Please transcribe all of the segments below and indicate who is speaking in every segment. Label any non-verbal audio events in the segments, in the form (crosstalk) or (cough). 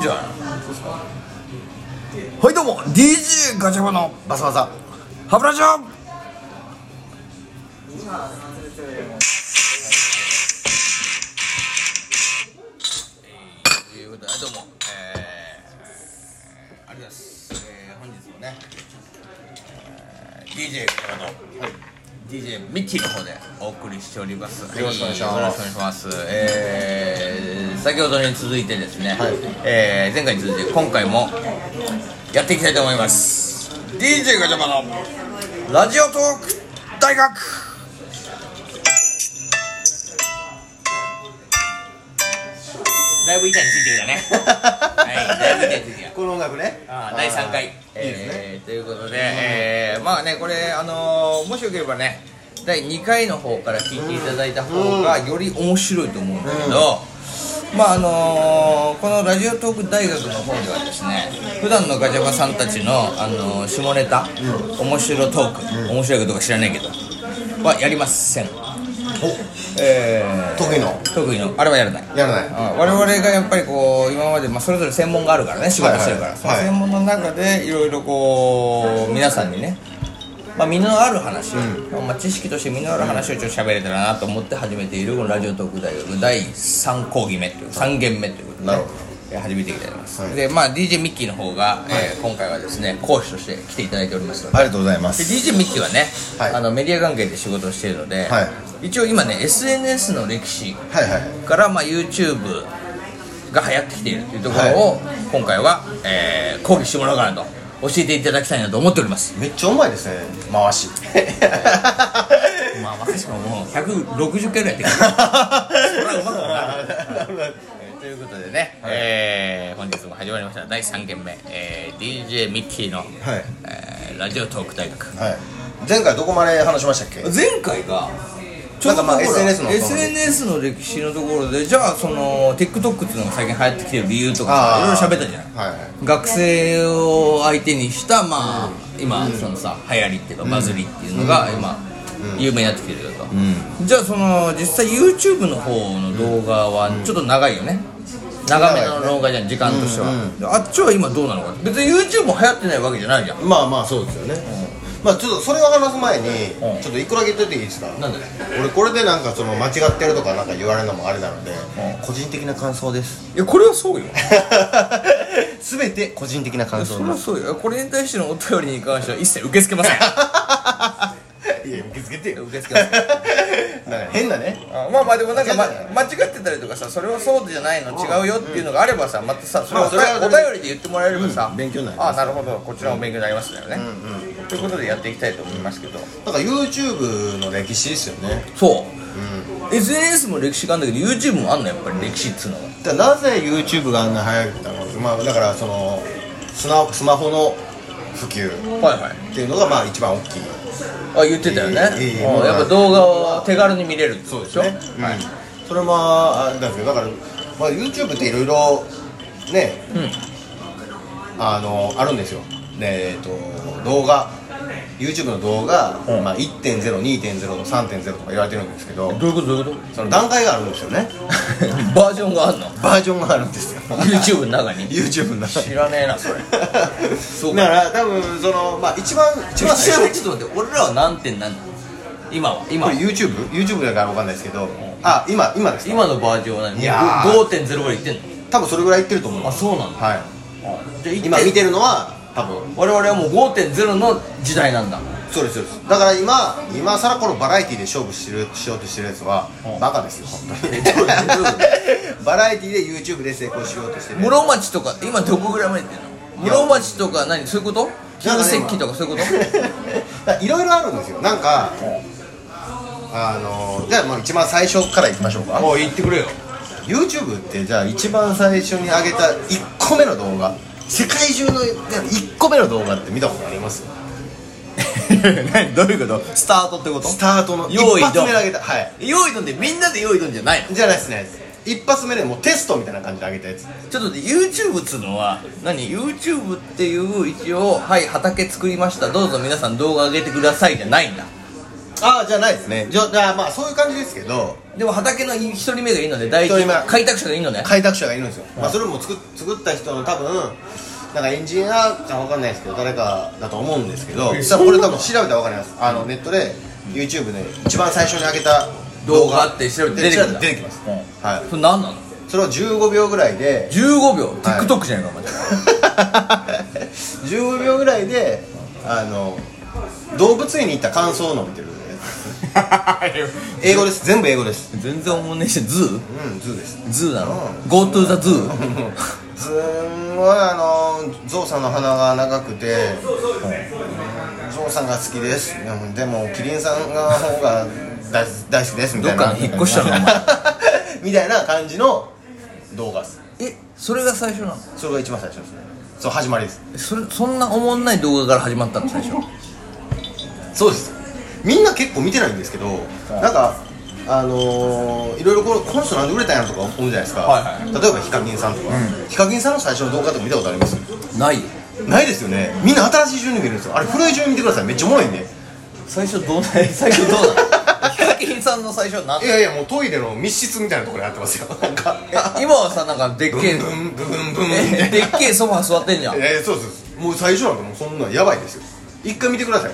Speaker 1: じゃないはいどうも DJ ガチャバのバサバサハブラジオということでどうもえー、ありがとうございます、えー、本日もね、えー、DJ ガチャバの、DJ ミッキーの方でお送りしております
Speaker 2: よろしくお願いします
Speaker 1: はよろしくお願いしますえー、先ほどに続いてですね、
Speaker 2: はい
Speaker 1: えー前回に続いて今回もやっていきたいと思います DJ ガチャバのラジオトーク大学だいぶ板についてるだねはいだいぶ板についてる
Speaker 2: この音楽ね
Speaker 1: あー第3回
Speaker 2: いいですね
Speaker 1: えーということで、えーまあねこれあのーもしよければね第2回の方から聞いていただいた方がより面白いと思うんだけど、まああのーこのラジオトーク大学の方ではですね普段のガチャバさんたちの、あのー下ネタ、面白トーク、面白いことか知らないけどはやりませんえー
Speaker 2: 得意の
Speaker 1: 特にのあれはやらない
Speaker 2: やらない
Speaker 1: あ我々がやっぱりこう今まで、まあ、それぞれ専門があるからね仕事してるから、
Speaker 2: はいはい
Speaker 1: その専門の中でいろいろこう皆さんにね、まあ、身のある話、まあ、知識として身のある話をちょっと喋れたらなと思って始めているこのラジオトーク大学第3講義目という3限目ということで、ね
Speaker 2: なるほど
Speaker 1: えー始めていきたいと思います、
Speaker 2: はい
Speaker 1: でまあ DJ ミッキーの方が、えー今回はですね講師として来ていただいておりますので
Speaker 2: ありがとうございま
Speaker 1: です DJ ミッキーはね、
Speaker 2: はい
Speaker 1: あのメディア関係で仕事をしているので、
Speaker 2: は
Speaker 1: 一応今ね SNS の歴史
Speaker 2: はいはい
Speaker 1: から、まあ、YouTube が流行ってきているというところを、今回は、えー、講義してもらおうかなと教えていただきたいなと思っております
Speaker 2: めっちゃうまいですね回し
Speaker 1: まあ私ももう160回ぐらいや (laughs) ってるということでね、えー本日も始まりました第3件目、えー、DJ ミッキーの、えーラジオトーク大学
Speaker 2: はい前回どこまで話しましたっけ
Speaker 1: 前回がち
Speaker 2: なんかまあ
Speaker 1: ほら
Speaker 2: SNS の
Speaker 1: SNS の歴史のところでじゃあその TikTok っていうのが最近流行ってきてる理由とか
Speaker 2: あー
Speaker 1: いろいろ喋ったじゃない
Speaker 2: はいはい
Speaker 1: 学生を相手にしたまあ、今そのさ流行りっていうかバズりっていうのが今、有名になってきてるよと、じゃあその実際 YouTube の方の動画はちょっと長いよね、長めの動画じゃん時間としては、あっちは今どうなのか別に YouTube も流行ってないわけじゃないじゃん
Speaker 2: まあまあそうですよね、まあちょっとそれを話す前に、
Speaker 1: うん
Speaker 2: ちょっといくら言っといていいですか
Speaker 1: なんでい
Speaker 2: 俺これでなんかその間違ってるとかなんか言われるのもあれなので、個人的な感想です (laughs)
Speaker 1: やこれはそうよ
Speaker 2: 全て個人的な感
Speaker 1: そ
Speaker 2: 想
Speaker 1: れはそうよこれに対してのお便りに関しては一切 (laughs) 受け付けません
Speaker 2: いや受け付けてよ
Speaker 1: 受け付けません
Speaker 2: なんか変なね
Speaker 1: あまあまあでもなんか、ま、間違ってたりとかさそれはそうじゃないの違うよっていうのがあればさまたさそれを
Speaker 2: まあそれは
Speaker 1: お便りで言ってもらえればさ、
Speaker 2: うん勉強になり
Speaker 1: あ
Speaker 2: ま
Speaker 1: あなるほどこちらも勉強になりますよね、ということでやっていきたいと思いますけど、
Speaker 2: なんか YouTube の歴史ですよね
Speaker 1: そう SNS も歴史があるんだけど YouTube もあんのやっぱり歴史っつうのが
Speaker 2: だからなぜ YouTube があんな流行ったのまあだからそのスマスマホの普及っ
Speaker 1: はいはい
Speaker 2: ていうのがまあ一番大きい
Speaker 1: あ言ってたよね、
Speaker 2: いいいい
Speaker 1: もうやっぱ動画を手軽に見れるってことでしょ
Speaker 2: うんそれもあれなんですけどだから、まあ、YouTube っていろいろね、あのあるんですよでえっと動画 YouTube の動画、
Speaker 1: うん
Speaker 2: まあ、1.02.0の3.0とか言われてるんですけど
Speaker 1: どういうことどういうこと
Speaker 2: その段階があるんですよね
Speaker 1: (laughs) バージョンがあんの
Speaker 2: バージョンがあるんですよ
Speaker 1: YouTube の中
Speaker 2: (laughs)
Speaker 1: に
Speaker 2: YouTube (laughs) の中に
Speaker 1: 知らねえなそれそうか
Speaker 2: だから多分そのまあ一番一
Speaker 1: ちょ
Speaker 2: 番最初
Speaker 1: ちょっと待って俺らは何点なんだ今は今
Speaker 2: こ
Speaker 1: は
Speaker 2: れ YouTube? YouTube だからわかんないですけどあ今今ですか
Speaker 1: 今のバージョンは何
Speaker 2: いやー
Speaker 1: もう5.0ぐらいいってんの
Speaker 2: 多分それぐらいいってると思います
Speaker 1: そうなんだ
Speaker 2: はい
Speaker 1: じゃあ
Speaker 2: 今見
Speaker 1: て
Speaker 2: てるのは多分
Speaker 1: 我々はもう5.0の時代なんだ
Speaker 2: そうですそうですだから今今さらこのバラエティで勝負してるしようとしてるやつは
Speaker 1: うん
Speaker 2: バカですよ本当に
Speaker 1: どういうことどういうこ
Speaker 2: バラエティで YouTube で成功しようとしてる
Speaker 1: 室町とか今どこぐらいまでいってん
Speaker 2: い
Speaker 1: の
Speaker 2: や
Speaker 1: 室町とか何そういうこと金石器とかそういうこと
Speaker 2: (laughs) と (laughs) いろいろあるんですよなんかあのじゃあもう一番最初からいきましょうか
Speaker 1: もう言ってくれよ
Speaker 2: YouTube ってじゃあ一番最初に上げた1個目の動画世界中の1個目の動画って見たことあります
Speaker 1: (laughs) 何どういうことスタートってこと
Speaker 2: スタートの一
Speaker 1: 用意ド
Speaker 2: 発目
Speaker 1: ン
Speaker 2: で上げたはい
Speaker 1: 用意どんでみんなで用意どんじゃないの
Speaker 2: じゃないですね一発目でもうテストみたいな感じで上げたやつ
Speaker 1: ちょっと待って YouTube っつうのは何 YouTube っていう一応はい畑作りましたどうぞ皆さん動画上げてくださいじゃないんだ
Speaker 2: ああじゃないですねじゃあまあそういう感じですけど
Speaker 1: でも畑の一人目がいいのね第一
Speaker 2: 一人目
Speaker 1: 開拓者がいいのね
Speaker 2: 開拓者がいるんですよ、まあ、それも作っ作った人の多分なんかエンジニアかわかんないですけど誰かだと思うんですけど実はこれ多分調べたらわかりますあのネットで YouTube で一番最初に上げた
Speaker 1: 動画って調べて出てくるんだ
Speaker 2: で出てきます、
Speaker 1: うん
Speaker 2: はい
Speaker 1: それ何なの
Speaker 2: それを15秒ぐらいで (laughs)
Speaker 1: ?15 秒 TikTok じゃないかお前
Speaker 2: 15秒ぐらいであの動物園に行った感想を述べてるやつ英語です全部英語です
Speaker 1: 全然おもんねえしズー
Speaker 2: うんズーです
Speaker 1: ズーなの
Speaker 2: う
Speaker 1: Go to the zoo
Speaker 2: すんごいあのゾウさんの鼻が長くてうんゾウさんが好きですうんでもキリンさんの方が大大好きですみたいな
Speaker 1: どっかに引っ越したのお前
Speaker 2: (laughs) みたいな感じの動画です
Speaker 1: (laughs) えそれが最初なの
Speaker 2: それが一番最初ですねそう始まりです
Speaker 1: えそれそんなおもんない動画から始まったの最初
Speaker 2: そうですみんな結構見てないんですけど、なんかあのー、いろいろこのこの人なんで売れたんやろとか思うじゃないですか、
Speaker 1: はい
Speaker 2: 例えばヒカキンさんとか、ヒカキンさんの最初の動画とか見たことあります
Speaker 1: ないよ
Speaker 2: ないですよねみんな新しい順に見るんですよあれ古い順に見てくださいめっちゃおもろいんで
Speaker 1: 最初どうない最初どうなの (laughs) ヒカキンさんの最初何
Speaker 2: いやいやもうトイレの密室みたいなところでやってますよなんか
Speaker 1: 今はさなんかでっ
Speaker 2: ブ
Speaker 1: けえ
Speaker 2: ンブンブンブン (laughs) ブンみたいな
Speaker 1: えでっけえソファー座ってんじゃん
Speaker 2: えー、そうですそうですもう最初なんかもうそんなんやばいですよ一回見てください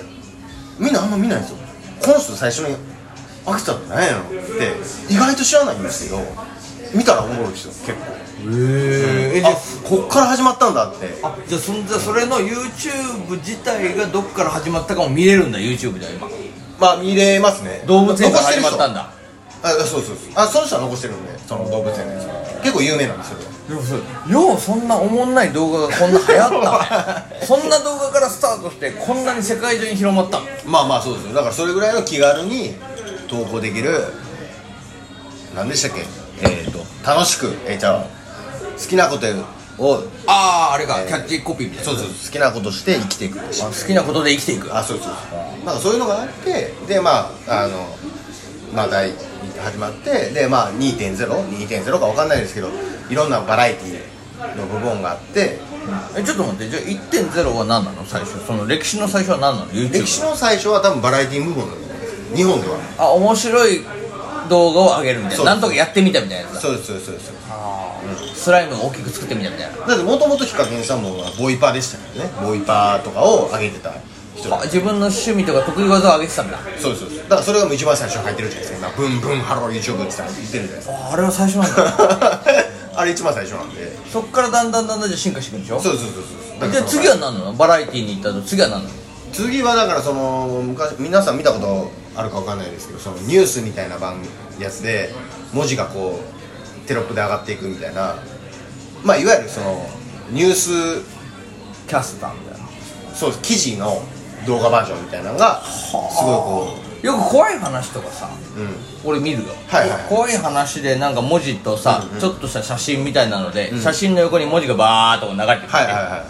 Speaker 2: みんなあんま見ないんですよこの人最初に飽きたのなんやろって意外と知らないんですけど見たらおもろいですよ結構
Speaker 1: へえ
Speaker 2: あこっから始まったんだって
Speaker 1: あじゃあそんじゃあそれの YouTube 自体がどっから始まったかも見れるんだ YouTube では今
Speaker 2: まあ見れますね
Speaker 1: 動物園から
Speaker 2: 残して
Speaker 1: 始
Speaker 2: る
Speaker 1: ま
Speaker 2: 人
Speaker 1: ったんだ
Speaker 2: あそうそうそうあその人は残してるんでその動物園のやつは結構有名なんですよ
Speaker 1: でもそれようそんなおもんない動画がこんな流行ったね (laughs) そんな動画からスタートしてこんなに世界中に広まったの
Speaker 2: まあまあそうですよだからそれぐらいの気軽に投稿できる何でしたっけえっ、ー、と楽しくえー、じゃあ好きなことを
Speaker 1: あああれか、
Speaker 2: ー
Speaker 1: キャッチコピーみたいな
Speaker 2: そうそう好きなことして生きていく
Speaker 1: あ好きなことで生きていく
Speaker 2: あそうそうそうなんかそういうのがあってでまああのまあ第2始まってでまあ2.02.0かわかんないですけどいろんなバラエティの部分があって
Speaker 1: えちょっと待ってじゃあ1.0は何なの最初その歴史の最初は何なの YouTube
Speaker 2: 歴史の最初は多分バラエティ部分なんです日本では
Speaker 1: あ面白い動画を上げるみたい
Speaker 2: そ
Speaker 1: な
Speaker 2: うです
Speaker 1: なんとかやってみたみたいなやつだ
Speaker 2: そうですそうですそうです
Speaker 1: スライムを大きく作ってみたみたいな
Speaker 2: だってもともとヒカキンさんもボイパーでしたからねボイパーとかを上げてた人
Speaker 1: あ自分の趣味とか得意技を上げてたんだ
Speaker 2: そうですそうですだからそれがもう一番最初に入ってるじゃないですか今ブンブンハロー YouTube って言ってるじゃないですか
Speaker 1: ああれは最初なんだ
Speaker 2: (laughs) あれ一番最初なんで
Speaker 1: (laughs) そっからだんだんだんだんじゃあ進化していくんでしょ
Speaker 2: そうそうそうそうだから
Speaker 1: じゃあ次は何なのバラエティーに行ったと次は何なの
Speaker 2: 次はだからその昔皆さん見たことあるかわかんないですけどそのニュースみたいな番やつで文字がこうテロップで上がっていくみたいなまあいわゆるそのニュース
Speaker 1: キャスターみたいな
Speaker 2: そう記事の動画バージョンみたいなのがすごいこ
Speaker 1: よく怖い話とかさ
Speaker 2: う、うん、
Speaker 1: 俺見るよ、
Speaker 2: はいはいはい
Speaker 1: 怖い話でなんか文字とさ、ちょっとした写真みたいなので、写真の横に文字がバーっと流れてくる、
Speaker 2: はいはいはい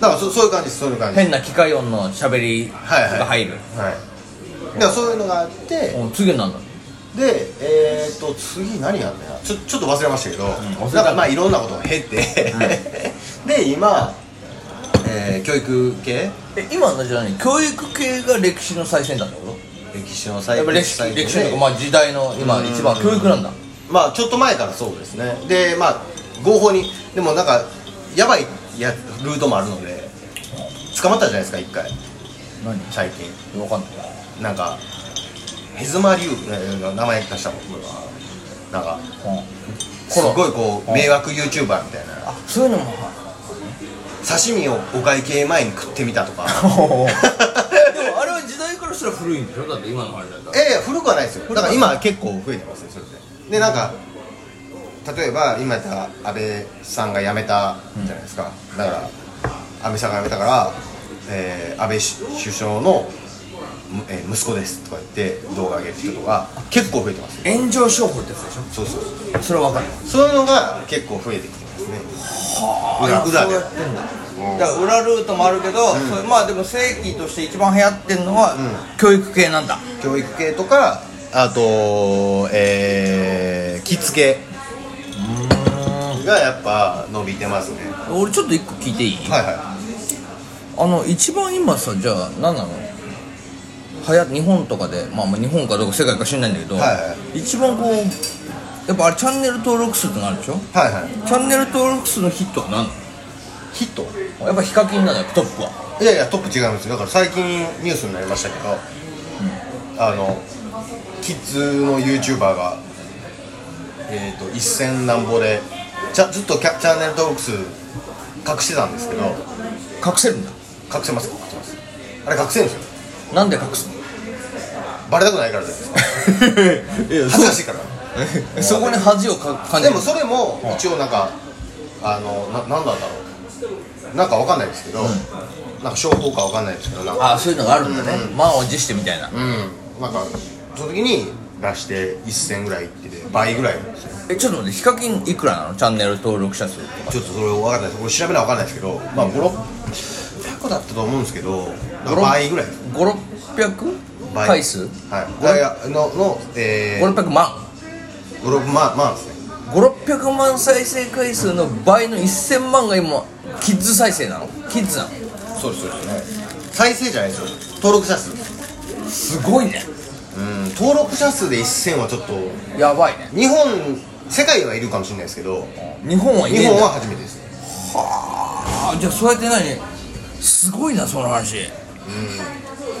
Speaker 2: だからそそういう感じですそういう感じです
Speaker 1: 変な機械音の喋り
Speaker 2: はいはい
Speaker 1: が入る、
Speaker 2: はいだからそういうのがあって
Speaker 1: うん次は何なの
Speaker 2: でえー、っと次何やんだよちょちょっと忘れましたけど、
Speaker 1: 忘れた
Speaker 2: なんかまあいろんなことを経て、 (laughs) で今、えー教育系
Speaker 1: え今のじゃない教育系が歴史の最先端ってこと
Speaker 2: 歴史の最
Speaker 1: やっぱ歴史歴史とかまあ時代の今一番教育なんだ
Speaker 2: まあちょっと前からそうですねでまあ合法にでもなんかやばいやルートもあるので捕まったじゃないですか一回
Speaker 1: 何
Speaker 2: 最近
Speaker 1: 分かんない
Speaker 2: なんかヘズマリュウえー名前出したもんこれはなんかすごいこう迷惑 YouTuber みたいな
Speaker 1: あそういう (laughs) のも
Speaker 2: 刺身をお会計前に食ってみたと (laughs) か
Speaker 1: でもあれは時代からしたら古いんでしょだって今のあれだったら
Speaker 2: ええ古くはないですよだから今結構増えてますねそれででなんか例えば今やったら安倍さんが辞めたじゃないですか、だから安倍さんが辞めたから、えー安倍し首相の、むえー息子ですとか言って動画上げる人とか結構増えてますよ
Speaker 1: 炎上商法ってやつでしょ
Speaker 2: そうそうそう
Speaker 1: それは分かる
Speaker 2: そういうのが結構増えてきてますね
Speaker 1: は
Speaker 2: 裏裏
Speaker 1: そう
Speaker 2: で
Speaker 1: やってんだだから裏ルートもあるけど、それまあでも正規として一番流行ってんのは、教育系なんだ
Speaker 2: 教育系とかあとえー、キッズ系がやっぱ伸びてますね
Speaker 1: 俺ちょっと一個聞いていい
Speaker 2: はいは
Speaker 1: あの一番今さじゃあ何なの流行日本とかで、まあ、まあ日本かどうか世界か知らないんだけど、
Speaker 2: はいは
Speaker 1: 一番こうやっぱあれチャンネル登録数ってなるでしょ
Speaker 2: はいはい
Speaker 1: チャンネル登録数のヒットは何な
Speaker 2: ヒット
Speaker 1: のやっぱヒカキンなのよトップはい
Speaker 2: やいやトップ違いますよだから最近ニュースになりましたけど、あのキッズの YouTuber がえっ、と1000何ぼでちゃずっとキャチャンネル登録数隠してたんですけど
Speaker 1: 隠せるんだ
Speaker 2: 隠せます隠せますあれ隠せるんですよ
Speaker 1: なんで隠すの
Speaker 2: バレたくないからじゃないですか
Speaker 1: いや
Speaker 2: 恥ずか
Speaker 1: そ
Speaker 2: し (laughs) いから
Speaker 1: (laughs) そこに恥をか感
Speaker 2: で
Speaker 1: じる
Speaker 2: もそれも一応なんか、あのななんなんだろうなんかわかんないですけど、なんか商法かわかんないですけどなんか
Speaker 1: ああそういうのがあるんだね、満を持してみたいな
Speaker 2: うんなんかその時に出して1000ぐらいいってて倍ぐらいなんですよ
Speaker 1: えちょっと待ってヒカキンいくらなのチャンネル登録者数とか
Speaker 2: ちょっとそれわかんないですこれ調べなわかんないですけどまあ5600個だったと思うんですけどなんか倍ぐらいです
Speaker 1: 5600
Speaker 2: 倍
Speaker 1: 回数
Speaker 2: はいだからののえー、
Speaker 1: 5600万
Speaker 2: 56万万ですね
Speaker 1: 5600万再生回数の倍の1000万が今キッズ再生なのキッズなの
Speaker 2: そうですそうですね再生じゃないですよ登録者数
Speaker 1: すごいね
Speaker 2: うん登録者数で1000はちょっと
Speaker 1: やばいね
Speaker 2: 日本世界はいるかもしれないですけど
Speaker 1: 日本はいね
Speaker 2: 日
Speaker 1: えん
Speaker 2: 本
Speaker 1: だ
Speaker 2: は初めてですね
Speaker 1: あじゃあそうやって何すごいなその話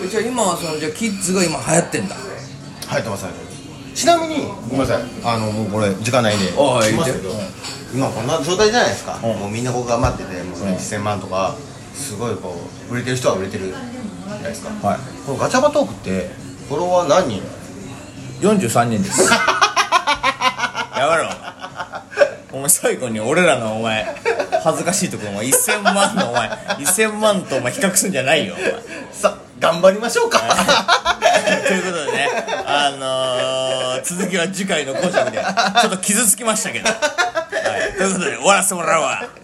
Speaker 1: うんじゃあ今はそのじゃあキッズが今流行ってんだ
Speaker 2: 入ってます入ってますちなみにごめんなさいあのもうこれ時間ないんで
Speaker 1: ああ
Speaker 2: 聞きますけど
Speaker 1: 言って
Speaker 2: 今こんな状態じゃないですか、
Speaker 1: うん
Speaker 2: もうみんなこう頑張っててもう1000万とかすごいこう売れてる人は売れてるじゃないですか
Speaker 1: はい
Speaker 2: このガチャバトークってフォロワー何人
Speaker 1: 43人です (laughs) やめろお前最後に俺らのお前恥ずかしいところお前1000万のお前1000万とお前比較すんじゃないよお前
Speaker 2: さ頑張りましょうか
Speaker 1: ということでね、あのー、続きは次回の5着で、ちょっと傷つきましたけど。はい、ということで、終わらせてもらうわ。